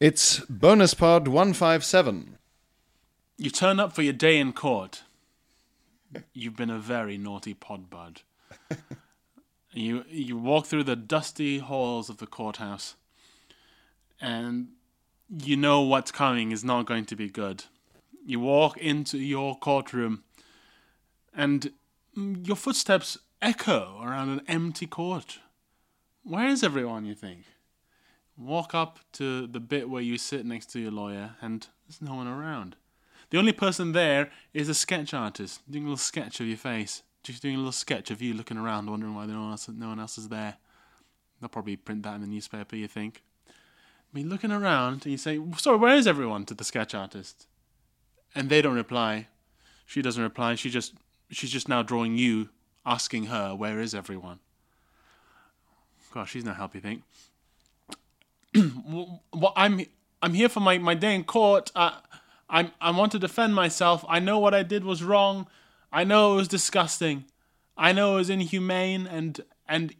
It's bonus pod 157. You turn up for your day in court. You've been a very naughty podbud. you you walk through the dusty halls of the courthouse, and you know what's coming is not going to be good. You walk into your courtroom, and your footsteps echo around an empty court. Where is everyone? You think. Walk up to the bit where you sit next to your lawyer, and there's no one around. The only person there is a sketch artist doing a little sketch of your face, just doing a little sketch of you looking around, wondering why no one else, no one else is there. They'll probably print that in the newspaper, you think. I mean, looking around, and you say, "Sorry, where is everyone?" to the sketch artist, and they don't reply. She doesn't reply. She just she's just now drawing you, asking her, "Where is everyone?" Gosh, she's no help, you think. well, I'm I'm here for my, my day in court. I I'm I want to defend myself. I know what I did was wrong. I know it was disgusting. I know it was inhumane and and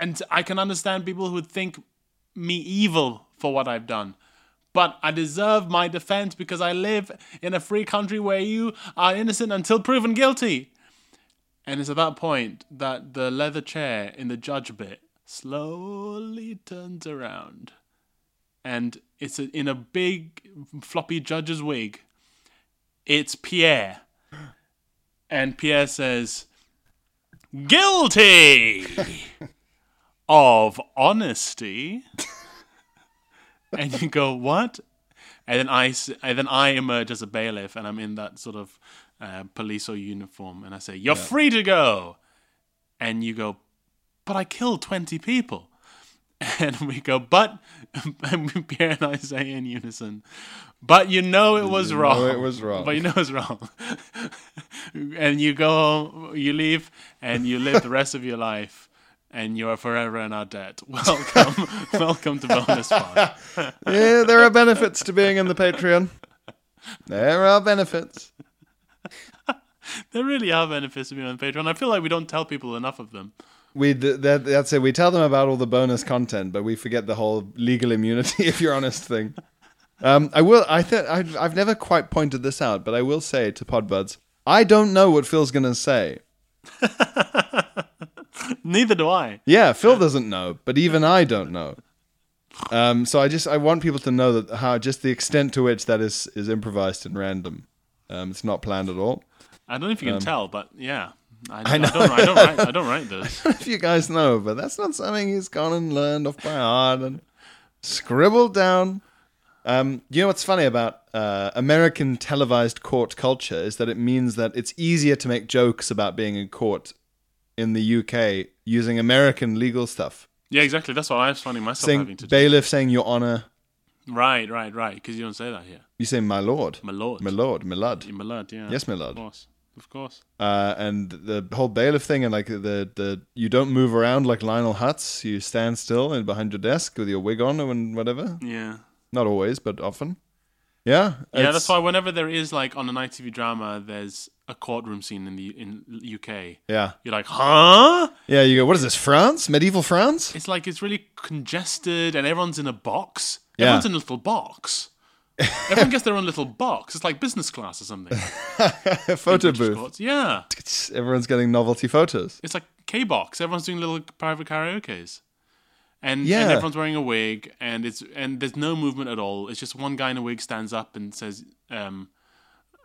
and I can understand people who think me evil for what I've done. But I deserve my defense because I live in a free country where you are innocent until proven guilty. And it's at that point that the leather chair in the judge bit slowly turns around. And it's a, in a big, floppy judge's wig. It's Pierre. And Pierre says, Guilty of honesty. and you go, What? And then I, s- and then I emerge as a bailiff and I'm in that sort of uh, police or uniform. And I say, You're free to go. And you go, but I killed 20 people. And we go, but, and Pierre and I say in unison, but you know it was wrong. it was wrong. But you know it was wrong. and you go, you leave, and you live the rest of your life, and you are forever in our debt. Welcome, welcome to Bonus Pod. Yeah, there are benefits to being in the Patreon. There are benefits. There really are benefits to being on Patreon. I feel like we don't tell people enough of them. We d- that, that's it. We tell them about all the bonus content, but we forget the whole legal immunity, if you're honest, thing. Um, I will. I think I've, I've never quite pointed this out, but I will say to Podbuds, I don't know what Phil's gonna say. Neither do I. Yeah, Phil doesn't know, but even I don't know. Um, so I just I want people to know that how just the extent to which that is is improvised and random. Um, it's not planned at all. I don't know if Um, you can tell, but yeah. I, don't- I, don't, I, don't write, I don't write this. if you guys know, but that's not something he's gone and learned off by heart and scribbled down. Um, you know what's funny about uh, American televised court culture is that it means that it's easier to make jokes about being in court in the UK using American legal stuff. Yeah, exactly. That's what I was finding myself having Saying to do. bailiff saying your honor, Right, right, right. Because you don't say that here. you say my lord, My lord. my lord, my lud. Yeah, my lord, yeah. Yes, my lord. Of course. Of course. uh, and the whole bailiff thing, and like the the you don't move around like Lionel Hutz. You stand still and behind your desk with your wig on and whatever. Yeah. Not always, but often. Yeah. Yeah, it's- that's why whenever there is like on an ITV drama, there's a courtroom scene in the in UK. Yeah. You're like, huh? Yeah. You go. What is this? France? Medieval France? It's like it's really congested, and everyone's in a box. Yeah. Everyone's in a little box. Everyone gets their own little box. It's like business class or something. Photo British booth. courts. Yeah. Everyone's getting novelty photos. It's like K box. Everyone's doing little private karaoke's, and, Yeah. and everyone's wearing a wig, and it's and there's no movement at all. It's just one guy in a wig stands up and says, um,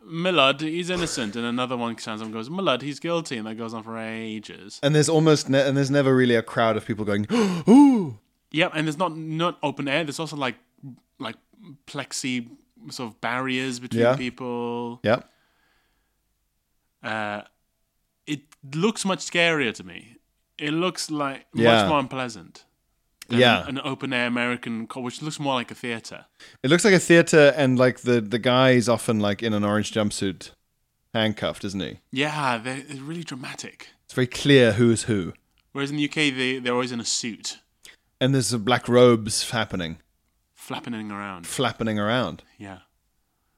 "Milad, he's innocent," and another one stands up and goes, "Milad, he's guilty," and that goes on for ages. And there's almost ne- and there's never really a crowd of people going. Ooh. Yep, and there's not not open air. There's also like like plexi sort of barriers between Yeah. people. Yeah. Uh, it looks much scarier to me. It looks like Yeah. much more unpleasant. than Yeah. an open air American, co- which looks more like a theater. It looks like a theater, and like the the guy is often like in an orange jumpsuit, handcuffed, isn't he? Yeah, they're, they're really dramatic. It's very clear who's who. Whereas in the UK, they they're always in a suit, and there's the black robes happening, flapping around. flapping around. Yeah.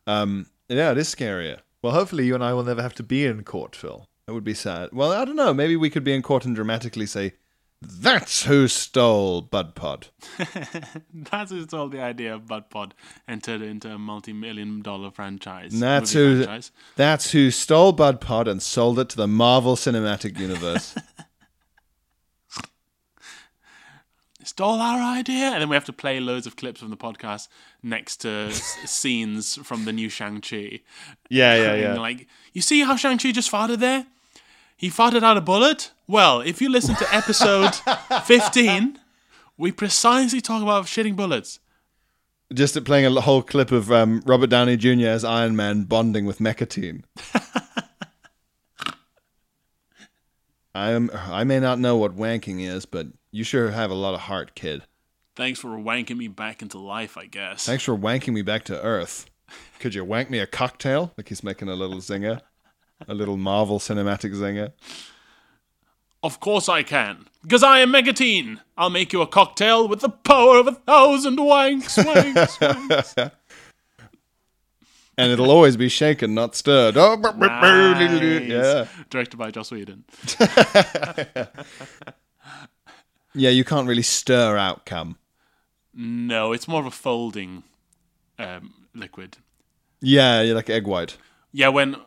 Um, yeah, it is scarier. Well, hopefully you and I will never have to be in court, Phil. That would be sad. Well, I don't know. Maybe we could be in court and dramatically say, That's who stole Bud Pod. That's who stole the idea of Bud Pod and turned it into a multi-million dollar franchise. That's movie who. franchise. That's who stole Bud Pod and sold it to the Marvel Cinematic Universe. stole our idea, and then we have to play loads of clips from the podcast next to s- scenes from the new Shang Chi. yeah, yeah, yeah. Like, you see how Shang Chi just farted there? He farted out a bullet. Well, if you listen to episode fifteen, we precisely talk about shitting bullets. Just playing a whole clip of um, Robert Downey Jr. as Iron Man bonding with Mechatine. I am. I may not know what wanking is, but you sure have a lot of heart, kid. Thanks for wanking me back into life, I guess. Thanks for wanking me back to Earth. Could you wank me a cocktail? Like he's making a little zinger, a little Marvel cinematic zinger. Of course I can, because I am Megatine. I'll make you a cocktail with the power of a thousand wanks, wanks, wanks. And it'll always be shaken, not stirred. Oh, bu- bu- bu- yeah. Nice. Directed by Joss Whedon. Yeah, you can't really stir out cum. No, it's more of a folding um, liquid. Yeah, you're like egg white. Yeah, when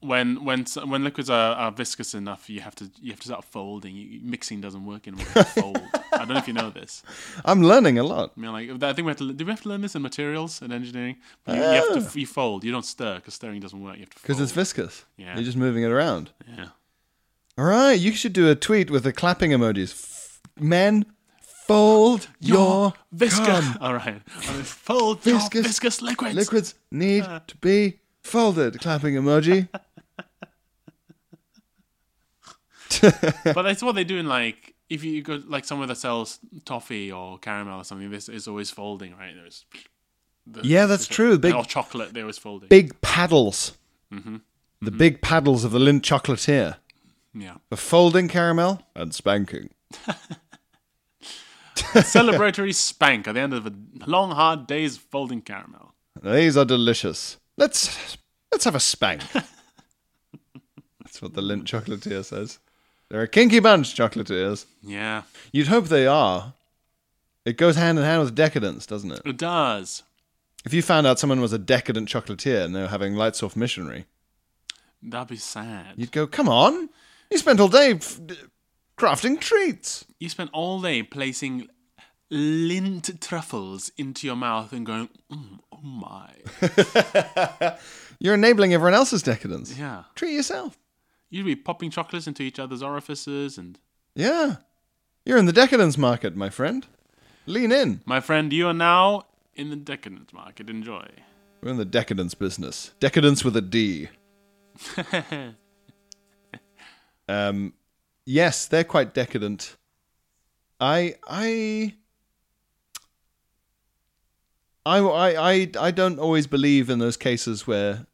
when when s- when liquids are, are viscous enough, you have to you have to start folding. You, mixing doesn't work anymore. You fold. I don't know if you know this. I'm learning a lot. I mean, like I think we have to. Do we have to learn this in materials and engineering? But you, you have to f- you fold. You don't stir because stirring doesn't work. You have to Oh. Because fold. it's viscous. Yeah. You're just moving it around. yeah. All right, you should do a tweet with the clapping emojis. F- men, fold your, viscous. cum. All right. I mean, fold viscous, Viscous viscous liquids. Liquids need Uh. to be folded. Clapping emoji. but that's what they do in like if you go like somewhere that sells toffee or caramel or something. This is always folding, right? There's Yeah, that's true. Big or chocolate. They're always folding. big paddles. The big paddles of the Lindt chocolatier. Yeah. The folding caramel and spanking. Celebratory spank at the end of a long hard day's folding caramel. These are delicious. Let's let's have a spank. That's what the Lindt chocolatier says. They're a kinky bunch, chocolatiers. Yeah, You'd hope they are. It goes hand in hand with decadence, doesn't it? it does. If you found out someone was a decadent chocolatier and they were having lights off missionary, That'd be sad. You, you'd go, "Come on, you spent all day f- crafting treats." spent all day placing lint truffles into your mouth and going, mm, oh my. You're enabling everyone else's decadence. Yeah. Treat yourself. You'd be popping chocolates into each other's orifices and. Yeah. You're in the decadence market, my friend. Lean in. My friend, you are now in the decadent market. Enjoy. We're in the decadence business. Decadence with a D. um, yes, they're quite decadent. I I I I I I don't always believe in those cases where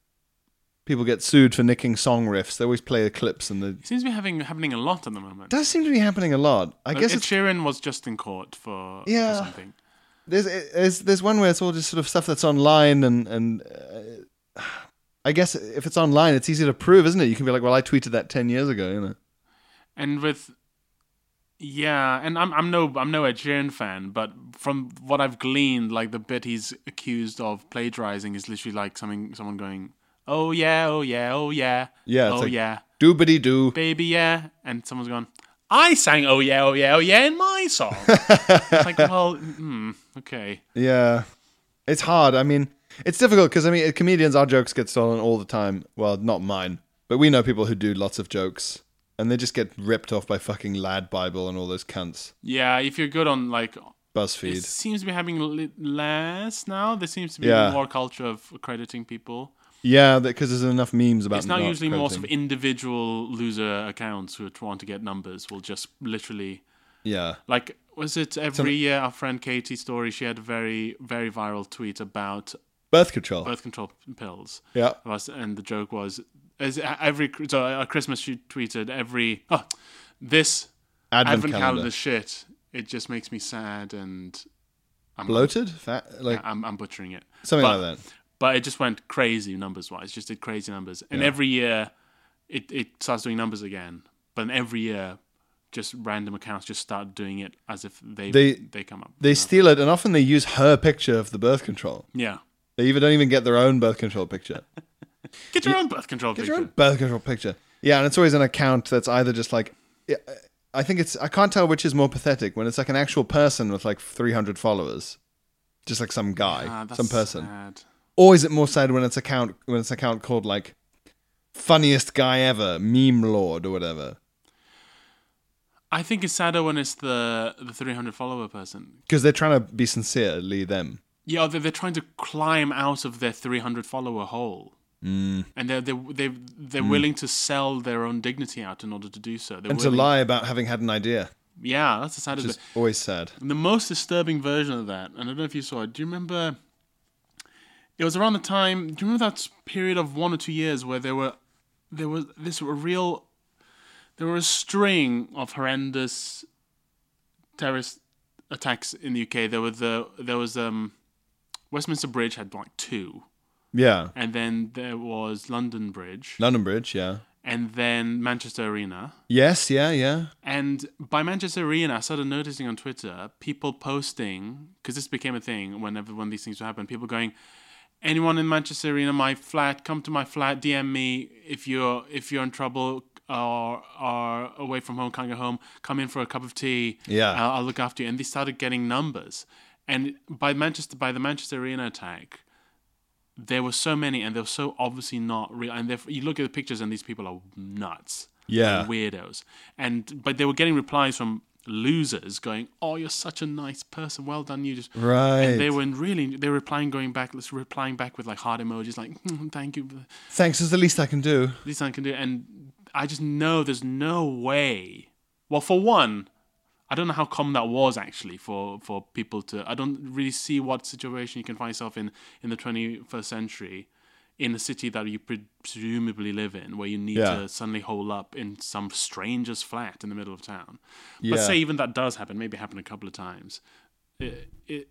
people get sued for nicking song riffs. They always play the clips, and the It seems to be having happening a lot at the moment. does seem to be happening a lot. I I guess Ed it's Sheeran was just in court for, for Yeah. something. there's eh, there's there's one where it's all just sort of stuff that's online and and uh, I guess if it's online, it's easy to prove, isn't it? You can be like, well, I tweeted that ten years ago, you know. and with yeah and i'm i'm no i'm no Ed Sheeran fan but from what i've gleaned like the bit he's accused of plagiarizing is literally like something someone going oh yeah oh yeah oh yeah Yeah, it's oh like- yeah Doobity doo. baby yeah and someone's gone i sang oh yeah oh yeah oh yeah in my song It's like well hmm, okay Yeah, it's hard. I mean, it's difficult because I mean, comedians, our jokes get stolen all the time. Well, not mine, but we know people who do lots of jokes, and they just get ripped off by fucking Lad Bible and all those cunts. yeah if you're good on like BuzzFeed. it seems to be having li- less now there seems to be Yeah. more culture of crediting people yeah, because there's enough memes about. It's now not usually more quoting. sort of individual loser accounts who are trying to get numbers will just literally yeah. like was it every year our friend Katie's story she had a very very viral tweet about Birth control. birth control pills yeah. Us- and the joke was is every so at Christmas she tweeted every oh, this Advent, advent, calendar. calendar. shit it just makes me sad and Bloated, fat, like I'm, I'm butchering it something but- like that. but it just went crazy numbers wise. Just did crazy numbers, and every year it it starts doing numbers again. But then every year just random accounts just start doing it as if they They- they, come up. They steal it, and often they use her picture of the birth control. yeah. They even don't even get their own birth control picture. Get your own birth control Get picture. your own birth control picture. Yeah, and it's always an account that's either just like, I think it's I can't tell which is more pathetic when it's like an actual person with like 300 followers, just like some guy, Ah, that's some person. sad. Or is it more sad when it's account when it's account called like funniest guy ever, meme lord or whatever? I think it's sadder when it's the the 300 follower person. Because they're trying to be sincerely them. Yeah, they're, they're trying to climb out of their 300 follower hole. Mm. And they're, they're, they're, they're willing to sell their own dignity out in order to do so. They're Mm. And to willing- lie about having had an idea Yeah, that's the saddest is always sad. The most disturbing version of that, and I don't know if you saw it, do you remember? It was around the time. Do you remember that period of one or two years where there were, there was this were real, there were a string of horrendous terrorist attacks in the UK. There were the there was um, Westminster Bridge had like two, Yeah. and then there was London Bridge, London Bridge, yeah. and then Manchester Arena. Yes, yeah, yeah. And by Manchester Arena, I started noticing on Twitter people posting because this became a thing whenever when these things would happen. People going, "Anyone in Manchester Arena, my flat, come to my flat. DM me if you're if you're in trouble or or away from home, can't go home. Come in for a cup of tea. Yeah. I'll, I'll look after you." And they started getting numbers. And by Manchester by the Manchester Arena attack, there were so many, and they were so obviously not real. And they're- you look at the pictures, and these people are nuts Yeah. weirdos. And but they were getting replies from losers going, "Oh, you're such a nice person. Well done, you." Just Right. And they were really they were replying going back, let's replying back with like heart emojis, like "Hmm, "Thank you, at Thanks is the least I can do. least I can do." it." And I just know there's no way. Well, for one. I don't know how common that was actually for, for people to. I don't really see what situation you can find yourself in in the 21st century, in a city that you pre- presumably live in, where you need Yeah. to suddenly hole up in some stranger's flat in the middle of town. Yeah. But say even that does happen, maybe it happened a couple of times. It, it,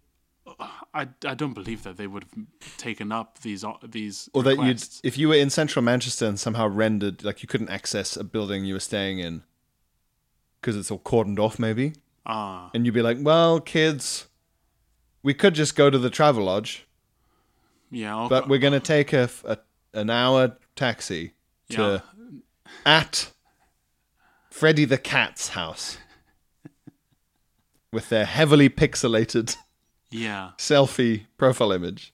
I, I don't believe that they would have taken up these o- these Or that you'd, requests. if you were in central Manchester and somehow rendered, like you couldn't access a building you were staying in because it's all cordoned off, maybe. ah And you'd be like, well, kids, we could just go to the Travelodge, yeah I'll- but we're going to take a, f- a- an hour taxi to at Freddy the Cat's house with their heavily pixelated yeah selfie profile image.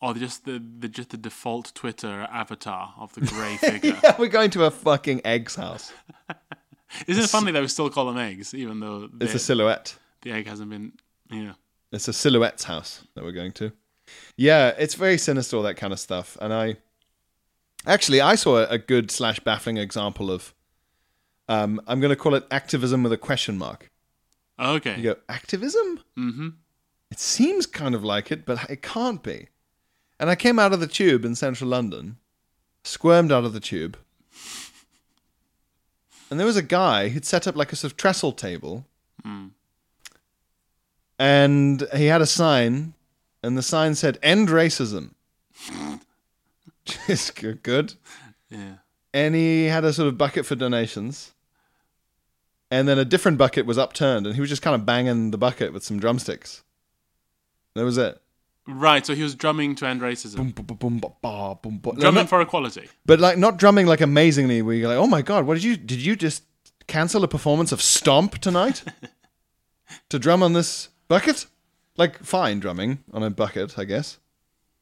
or just the, the just the default Twitter avatar of the grey figure. Yeah, we're going to a fucking egg's house. Isn't it funny that we still call them eggs, even though It's a the, silhouette. the egg hasn't been yeah It's a silhouette's house that we're going to. Yeah, it's very sinister, all that kind of stuff. And I actually I saw a- a good slash baffling example of um, I'm going to call it activism with a question mark. okay You go activism? mm-hmm It seems kind of like it, but it can't be. And I came out of the tube in central London, squirmed out of the tube, and there was a guy who'd set up like a sort of trestle table. And he had a sign, and the sign said, End racism. Just go- good. yeah And he had a sort of bucket for donations. And then a different bucket was upturned, and he was just kind of banging the bucket with some drumsticks. That was it. right. So he was drumming to end racism, Boom, boom, boom, boom, ba, ba, boom, ba. No, drumming not- for equality. but like not drumming like amazingly, where you're like, oh my god, what did you did you just cancel a performance of Stomp tonight to drum on this bucket? Like fine drumming on a bucket, I guess,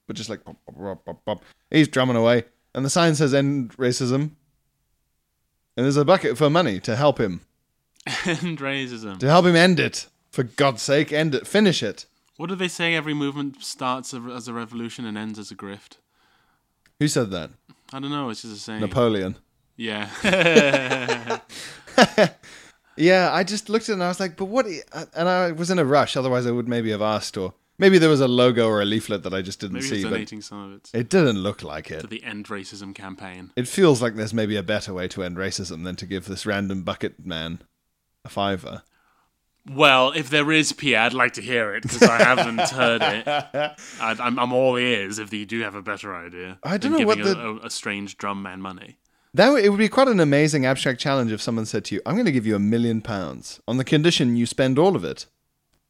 but just like bop, bop, bop, bop, bop. he's drumming away, and the sign says end racism. And there's a bucket for money to help him, end racism. to help him end it. For God's sake, end it, finish it. What do they say? Every movement starts a- as a revolution and ends as a grift. Who said that? I don't know. It's just a saying. Napoleon. yeah. Yeah, I just looked at it and I was like, but what? i- uh, And I was in a rush, otherwise I would maybe have asked, or maybe there was a logo or a leaflet that I just didn't Maybe see, he's but donating some of it it didn't look like it. to the end racism campaign. It feels like there's maybe a better way to end racism than to give this random bucket man a fiver. Well, if there is Pierre, I'd like to hear it because I haven't heard it. I'd, I'm, I'm all ears if you do have a better idea. I don't than know what giving a, a, a strange drum man money. That would- it would be quite an amazing abstract challenge if someone said to you, "I'm going to give you a million pounds on the condition you spend all of it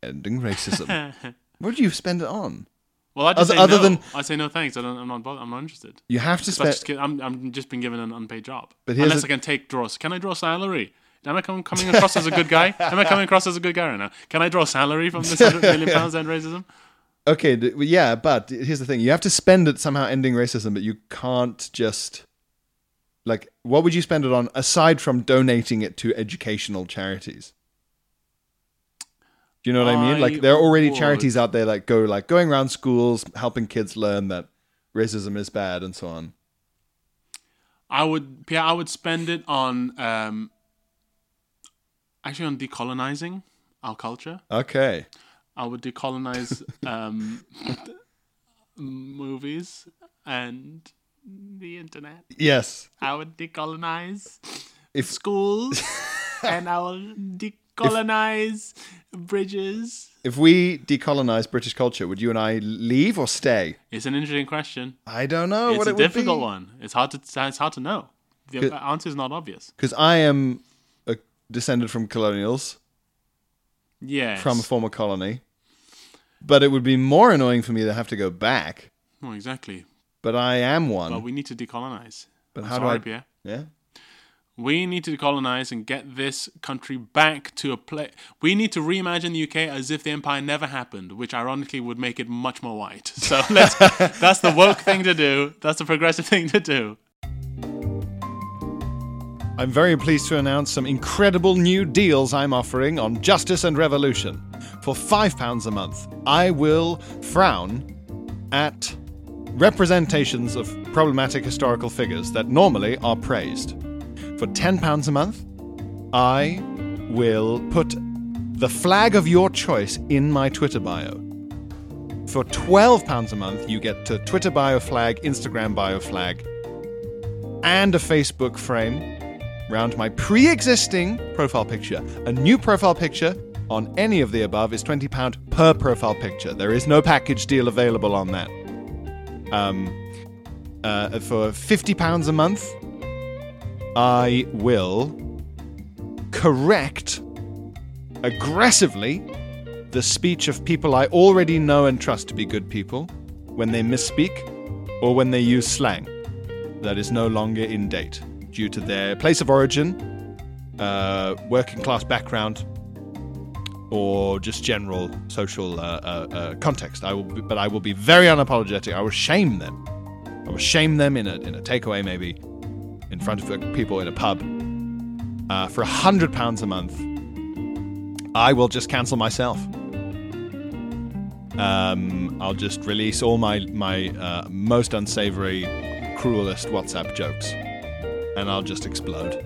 ending racism." what do you spend it on? Well, I just Other- say other no. than- I say no, thanks. I don't, I'm not. bothered. I'm not interested. You have to So I spend. just get- I'm, I'm just been given an unpaid job. But here's Unless a- I can take draws. Can I draw salary? Am I com- coming across as a good guy? Am I coming across as a good guy right now? Can I draw salary from this hundred million pounds and racism? Okay, d- well, yeah, but here's the thing: you have to spend it somehow ending racism, but you can't just like what would you spend it on aside from donating it to educational charities? Do you know what I, mean? I Like there are already would- charities out there that go like going around schools helping kids learn that racism is bad and so on. I would. Yeah, I would spend it on um, actually on decolonizing our culture. Okay. I would decolonize um, movies and the internet. Yes. I would decolonize If- schools, and I will decolonize bridges. If we decolonize British culture, would you and I leave or stay? It's an interesting question. I don't know it's what a it would difficult be. one. It's hard to it's hard to know. The Good. answer is not obvious. Because I am a descended from colonials. Yeah. from a former colony. But it would be more annoying for me to have to go back. oh, exactly. But I am one. But we need to decolonize. But I'm how do sorry, I- Pierre. yeah. We need to decolonize and get this country back to a place. We need to reimagine the UK as if the empire never happened, which ironically would make it much more white. So let's, that's the woke thing to do. That's the progressive thing to do. I'm very pleased to announce some incredible new deals I'm offering on Justice and Revolution. For £5 a month, I will frown at representations of problematic historical figures that normally are praised. For £10 a month, I will put the flag of your choice in my Twitter bio. For £12 a month, you get a Twitter bio flag, Instagram bio flag, and a Facebook frame round my pre existing profile picture. A new profile picture on any of the above is £20 per profile picture. There is no package deal available on that. Um, uh, for £50 a month, I will correct aggressively the speech of people I already know and trust to be good people when they misspeak or when they use slang that is no longer in date due to their place of origin, uh, working class background, or just general social uh, uh, uh, context. I will, be, but I will be very unapologetic. I will shame them. I will shame them in a in a takeaway, maybe in front of people in a pub. Uh, for a hundred pounds a month, I will just cancel myself. Um, I'll just release all my my uh, most unsavory, cruelest WhatsApp jokes, and I'll just explode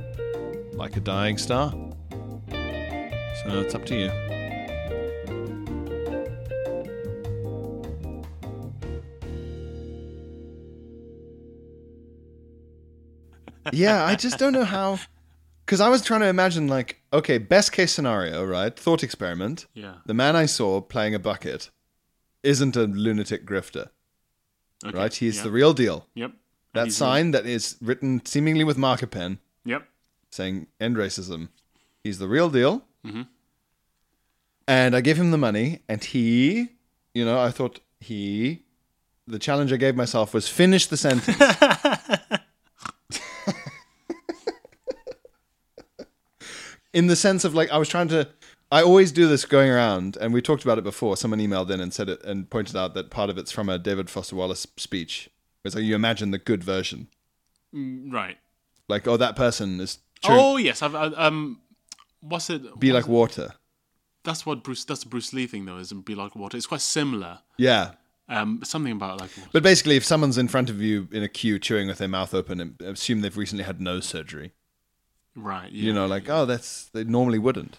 like a dying star. So it's up to you. yeah, I just don't know how. Because I was trying to imagine, like, okay, best case scenario, right? Thought experiment. Yeah. The man I saw playing a bucket isn't a lunatic grifter, Okay. right? He's yeah. the real deal. Yep. That He's the- sign that is written seemingly with marker pen Yep. saying end racism. He's the real deal. And I gave him the money, and he, you know, I thought he, the challenge I gave myself was finish the sentence. in the sense of like, I was trying to, I always do this going around, and we talked about it before. Someone emailed in and said it and pointed out that part of it's from a David Foster Wallace speech. It's like you imagine the good version. Right. Like, oh, that person is true. Oh yes. I've, I, um. What's it? Be like water. That's what Bruce. That's the Bruce Lee thing though. Isn't be like water. It's quite similar. Yeah. Um. Something about like. But basically, if someone's in front of you in a queue chewing with their mouth open, and assume they've recently had nose surgery. Right. Yeah. You know, like, oh, that's they normally wouldn't.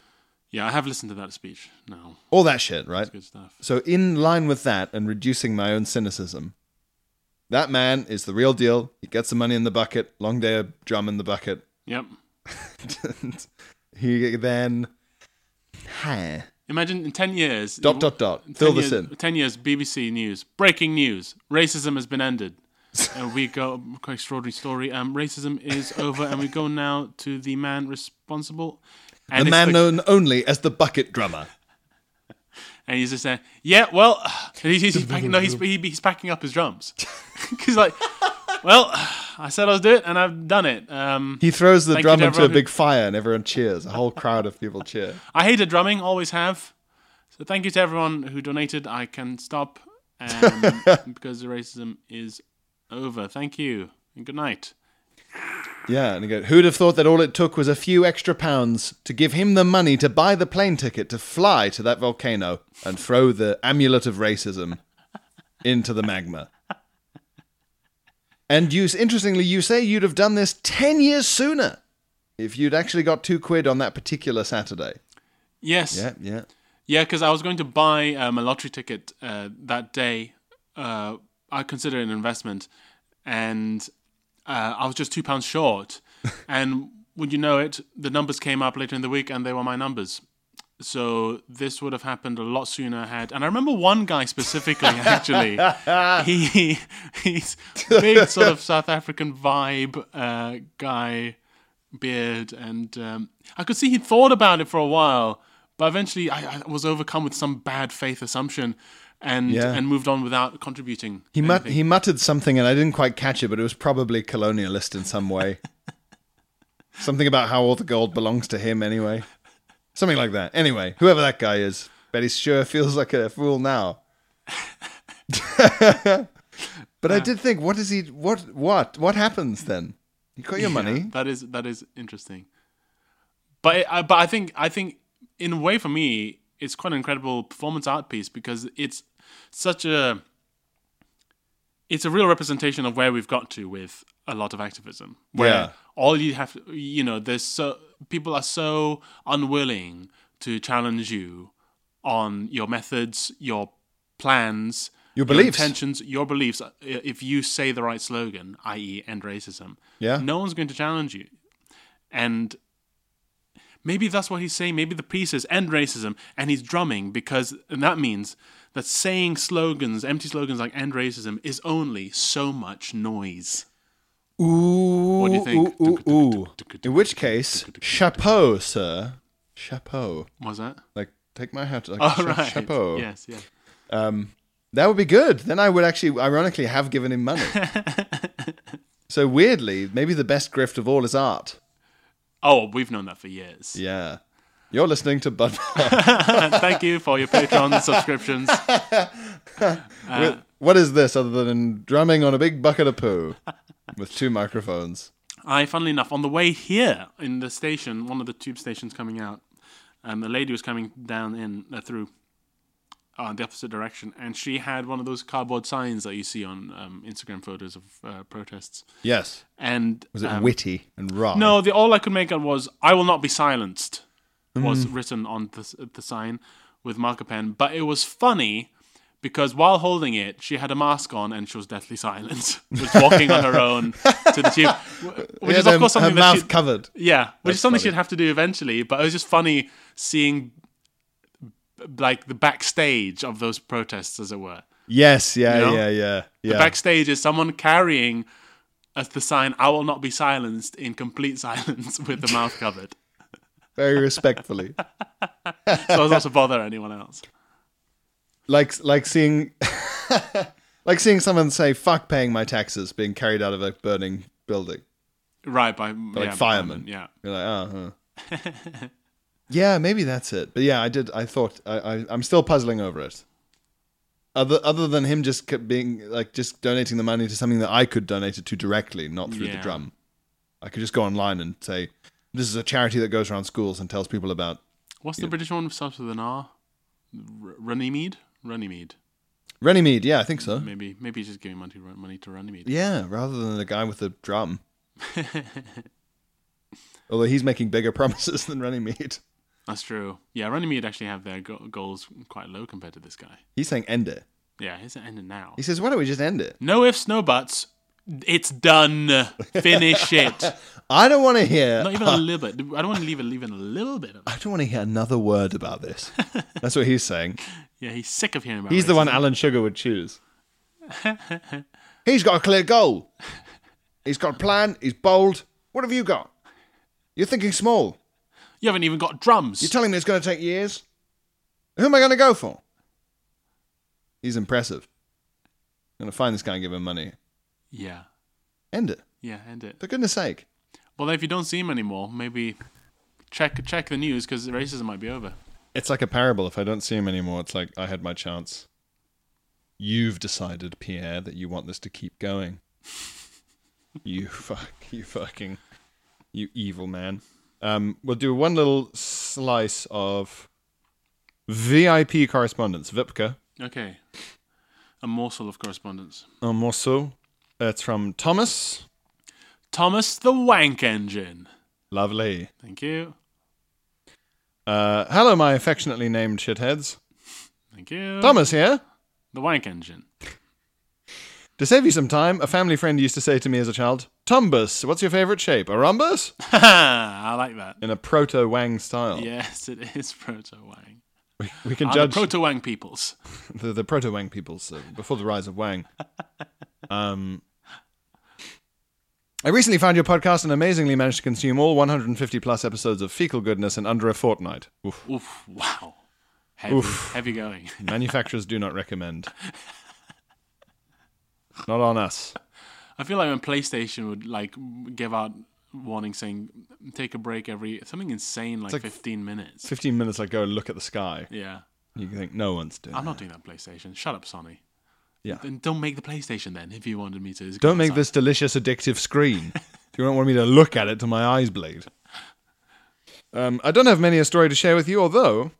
Yeah. I have listened to that speech. No. All that shit, right? Good stuff. So, in line with that and reducing my own cynicism, that man is the real deal. He gets the money in the bucket, long day of drum in the bucket. Yep. And he then. Huh. Imagine in 10 years. Dot, dot, dot. Fill this years, in. 10 years, BBC News. Breaking news. Racism has been ended. Uh, we go quite extraordinary story. Um, racism is over, and we go now to the man responsible. And the it's man known only as the bucket drummer. and he's just saying, "Yeah, well," and he's, he's packing, no, he's he, he's packing up his drums because like, well, I said I was doing it, and I've done it. Um, He throws the Thank you drum to into a everyone who- big fire and everyone cheers. A whole crowd of people cheer. I hated drumming, always have. So thank you to everyone who donated. I can stop um, because the racism is over. Thank you and good night. Yeah, and he goes, Who'd have thought that all it took was a few extra pounds to give him the money to buy the plane ticket to fly to that volcano and throw the amulet of racism into the magma? And you, interestingly, you say you'd have done this 10 years sooner if you'd actually got two quid on that particular Saturday. Yes. Yeah, yeah. Yeah, because I was going to buy um, a lottery ticket uh, that day. Uh, I consider it an investment, and uh, I was just two pounds short. and would you know it, the numbers came up later in the week, and they were my numbers. So this would have happened a lot sooner had. And I remember one guy specifically, actually. he he's big sort of South African vibe uh, guy, beard, and um, I could see he thought about it for a while, but eventually I, I was overcome with some bad faith assumption, and Yeah. and moved on without contributing. He, mut- anything. he muttered something, and I didn't quite catch it, but it was probably colonialist in some way. something about how all the gold belongs to him anyway. Something like that. Anyway, whoever that guy is, Betty sure feels like a fool now. but I did think, what is he? What? What? What happens then? You got your Yeah, money. that is that is interesting. But it, I, but I think I think in a way for me it's quite an incredible performance art piece because it's such a it's a real representation of where we've got to with a lot of activism where Yeah. all you have to, you know there's so people are so unwilling to challenge you on your methods your plans Your beliefs. intentions your beliefs i- if you say the right slogan i.e. end racism Yeah. no one's going to challenge you and maybe that's what he's saying. Maybe the piece is end racism, and he's drumming because and that means that saying slogans, empty slogans like end racism, is only so much noise. Ooh, do you think? ooh, ooh, ooh. In which case, chapeau, sir. Chapeau. Was that? Like, take my hat. Like, Oh, cha- right. Chapeau. Yes, yeah. That would be good. Then I would actually, ironically, have given him money. so weirdly, maybe the best grift of all is art. Oh, we've known that for years. Yeah. You're listening to Bud. Thank you for your Patreon subscriptions. Uh. what is this other than drumming on a big bucket of poo with two microphones? I, funnily enough, on the way here in the station, one of the tube stations coming out, um, a lady was coming down in uh, through uh, the opposite direction, and she had one of those cardboard signs that you see on um, Instagram photos of uh, protests. Yes. And Was it witty and raw? Um, no, the all I could make out was "I will not be silenced" Hmm. was written on the s- the sign with marker pen, but it was funny because while holding it, she had a mask on and she was deathly silent, was walking on her own to the tube, wh- which Yeah, is of her- course something her that mouth she, covered. yeah, which is something funny. she'd have to do eventually. But it was just funny seeing b- like the backstage of those protests, as it were. Yes. Yeah. You know? Yeah. Yeah. Yeah. Backstage is someone carrying as the sign "I will not be silenced" in complete silence with the mouth covered. Very respectfully. so as not to bother anyone else. like like seeing like seeing someone say "fuck paying my taxes" being carried out of a burning building. Right by like yeah, firemen. Yeah. You're like, oh, huh." yeah, maybe that's it. But yeah, I did. I thought I, I I'm still puzzling over it. Other other than him just kept being like just donating the money to something that I could donate it to directly, not through the Yeah. drum. I could just go online and say, "This is a charity that goes around schools and tells people about." What's the British one that starts with an R? R- Runnymede. Runnymede. Runnymede, yeah, I think so. Maybe maybe he's just giving money to Run- money to Runnymede. Yeah, rather than the guy with the drum. Although he's making bigger promises than Runnymede. That's true. Yeah, Runnymede actually have their go- goals quite low compared to this guy. He's saying end it. Yeah, here's an ending now. He says, why don't we just end it? No ifs, no buts. It's done. Finish it. I don't want to hear. Not even a little bit. I don't want to leave it, even a little bit of it. I don't want to hear another word about this. That's what he's saying. Yeah, he's sick of hearing about He's the racism. one Alan Sugar would choose. He's got a clear goal. He's got a plan. He's bold. What have you got? You're thinking small. You haven't even got drums. You're telling me it's going to take years? Who am I going to go for? He's impressive. I'm going to find this guy and give him money. yeah. End it. Yeah, end it. For goodness sake. Well, if you don't see him anymore, maybe check check the news because racism might be over. It's like a parable. If I don't see him anymore, it's like I had my chance. You've decided, Pierre, that you want this to keep going. you fuck, you fucking, you evil man. Um, we'll do one little slice of VIP correspondence. Vipka, Okay. A morsel of correspondence. un morceau. It's from Thomas. Thomas the Wank Engine. Lovely. Thank you. Uh, hello, my affectionately named shitheads. Thank you. Thomas here. The Wank Engine. To save you some time, a family friend used to say to me as a child, Tumbus, what's your favorite shape? A rhombus? I like that. in a proto Wang style. Yes, it is proto Wang. We, we can Are the judge proto Wang peoples. the, the proto Wang peoples so before the rise of Wang. Um, I recently found your podcast and amazingly managed to consume all 150 plus episodes of fecal goodness in under a fortnight. Oof. Oof! Wow. Heavy, heavy going. Manufacturers do not recommend. Not on us. I feel like when PlayStation would like give out warning saying take a break every something insane like, like- 15 minutes. 15 minutes I go look at the sky. Yeah. You can think no one's doing. I'm that. not doing that PlayStation. Shut up, Sony. Yeah. Then don't make the PlayStation then if you wanted me to. go Don't make outside. this delicious addictive screen. you don't want me to look at it till my eyes bleed. Um, I don't have many a story to share with you, although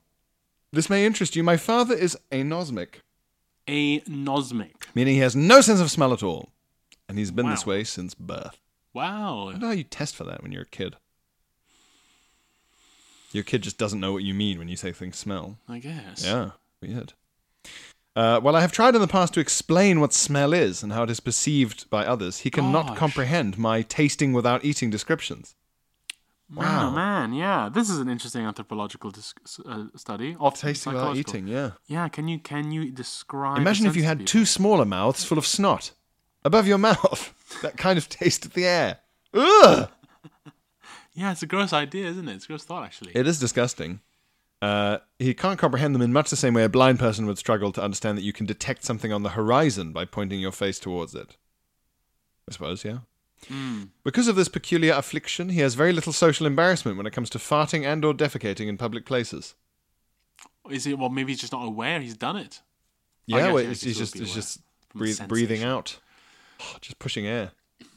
this may interest you. My father is anosmic, a nosmic. meaning he has no sense of smell at all, and he's been this Wow. way since birth. I Wow. don't know how you test for that when you're a kid. Your kid just doesn't know what you mean when you say things smell. I guess. Yeah, weird. Uh, while I have tried in the past to explain what smell is and how it is perceived by others, he cannot Gosh. comprehend my tasting without eating descriptions. Man, oh man, yeah. This is an interesting anthropological dis- uh, study. Of Tasting without psychological. eating, yeah. Yeah. Can you can you describe? the Imagine if you sense had of people? two smaller mouths full of snot above your mouth. that kind of taste of the air. Ugh! Yeah, it's a gross idea, isn't it? It's a gross thought, actually. It is disgusting. Uh, he can't comprehend them in much the same way a blind person would struggle to understand that you can detect something on the horizon by pointing your face towards it. I suppose, yeah. Hmm. Because of this peculiar affliction, he has very little social embarrassment when it comes to farting and or defecating in public places. Is it? Well, maybe he's just not aware he's done it. Yeah, guess, well, yeah, it's, he it's would just be it's aware just from breathe, sensation. breathing out, Oh, just pushing air.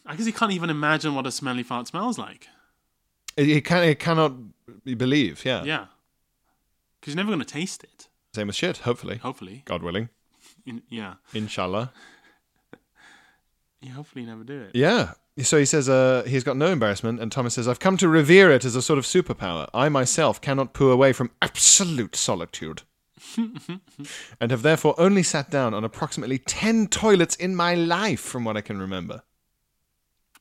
I guess he can't even imagine what a smelly fart smells like. He he can he cannot believe. Yeah. Yeah. Because you're never going to taste it, same as shit. Hopefully, hopefully. God willing, In, yeah. inshallah. You hopefully never do it. Yeah. So he says uh, he's got no embarrassment, and Thomas says, I've come to revere it as a sort of superpower. I myself cannot poo away from absolute solitude, and have therefore only sat down on approximately 10 toilets in my life, from what I can remember.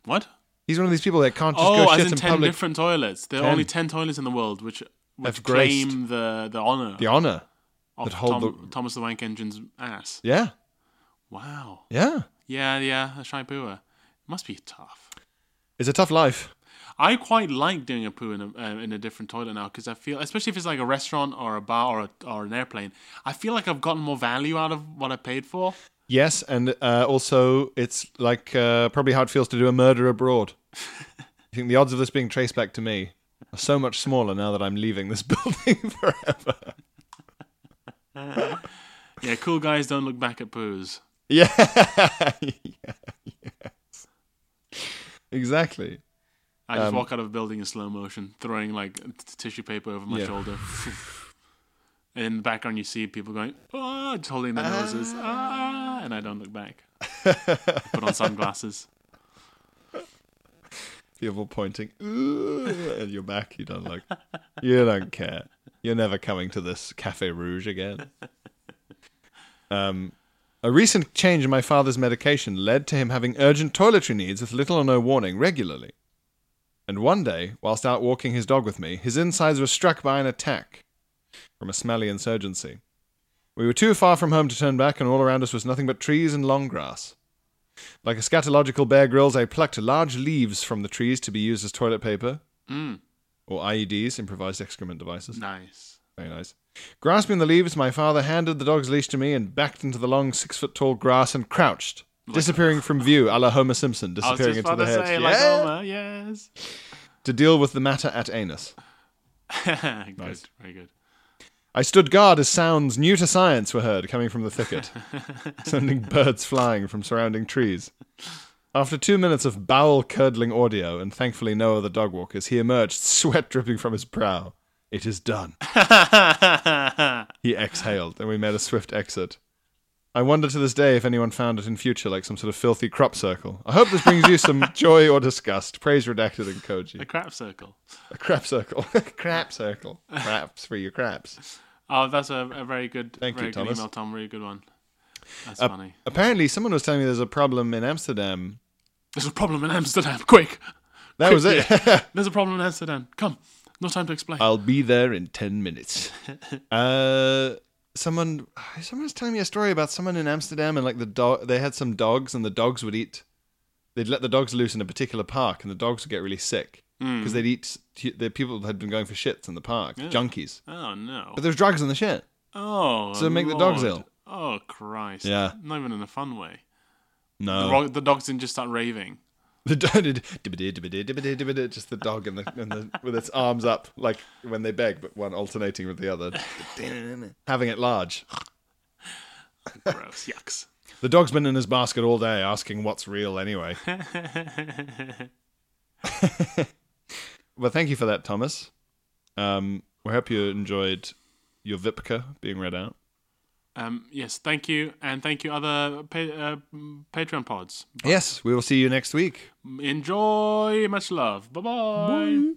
What? He's one of these people that can't just oh, go as shit in in 10 public. different toilets. There are only 10 toilets in the world which, which Have graced- claim the, the honor The honor. of that hold Tom- Thomas the Wank Engine's ass. Yeah. Wow. Yeah. Yeah, yeah, a shy pooer. Must be tough. It's a tough life. I quite like doing a poo in a, uh, in a different toilet now because I feel, especially if it's like a restaurant or a bar or, a, or an airplane, I feel like I've gotten more value out of what I paid for. Yes, and uh, also it's like uh, probably how it feels to do a murder abroad. I think the odds of this being traced back to me are so much smaller now that I'm leaving this building forever. Yeah, cool guys don't look back at poos. Yeah. yes. Exactly. I Um, just walk out of a building in slow motion, throwing like t- tissue paper over my Yeah. shoulder. and in the background, you see people going, ah, just holding their noses, ah, and I don't look back. Put on sunglasses. People pointing "Ooh," at your back. You don't like. You don't care. You're never coming to this Cafe Rouge again. Um, a recent change in my father's medication led to him having urgent toiletry needs with little or no warning regularly. And one day, whilst out walking his dog with me, his insides were struck by an attack from a smelly insurgency. We were too far from home to turn back, and all around us was nothing but trees and long grass. Like a scatological Bear Grylls, I plucked large leaves from the trees to be used as toilet paper Mm, or IEDs, improvised excrement devices. nice. Very nice. Grasping the leaves, my father handed the dog's leash to me and backed into the long six foot tall grass and crouched, disappearing from view, a la Homer Simpson, I was disappearing just into about the to hedge. say, like oh, yeah! Homer, yes. To deal with the matter at anus. good, Nice. very good. I stood guard as sounds new to science were heard coming from the thicket, sending birds flying from surrounding trees. After two minutes of bowel curdling audio, and thankfully no other dog walkers, he emerged, sweat dripping from his brow. It is done. He exhaled, and we made a swift exit. I wonder to this day if anyone found it in future like some sort of filthy crop circle. I hope this brings you some joy or disgust. Praise redacted and the Koji. crap circle. A crap circle. crap circle. Craps for your craps. Oh, that's a, a very good, Thank you, very good Thomas. Uh, email, Tom. Really good one. That's funny. Apparently, someone was telling me there's a problem in Amsterdam. There's a problem in Amsterdam. Quick, That was it. there's a problem in Amsterdam. Come, no time to explain. I'll be there in 10 minutes. Uh, someone someone was telling me a story about someone in Amsterdam and like the dog they had some dogs and the dogs would eat they'd let the dogs loose in a particular park and the dogs would get really sick because they'd eat the people had been going for shits in the park, junkies. oh no. But there's drugs in the shit. Oh, So make the dogs Lord. ill. Oh Christ. Yeah. Oh. Not even in a fun way. The, No. ro- the dogs didn't just start raving. The dog just the dog and the, and the with its arms up like when they beg but one alternating with the other having it large. Gross. Yucks. The dog's been in his basket all day asking what's real anyway. well, thank you for that, Thomas. Um, we hope you enjoyed your Vipka being read out. Um, yes, thank you, and thank you, other pa- uh, Patreon pods. Yes, we will see you next week. Enjoy. Much love. Bye-bye. bye bye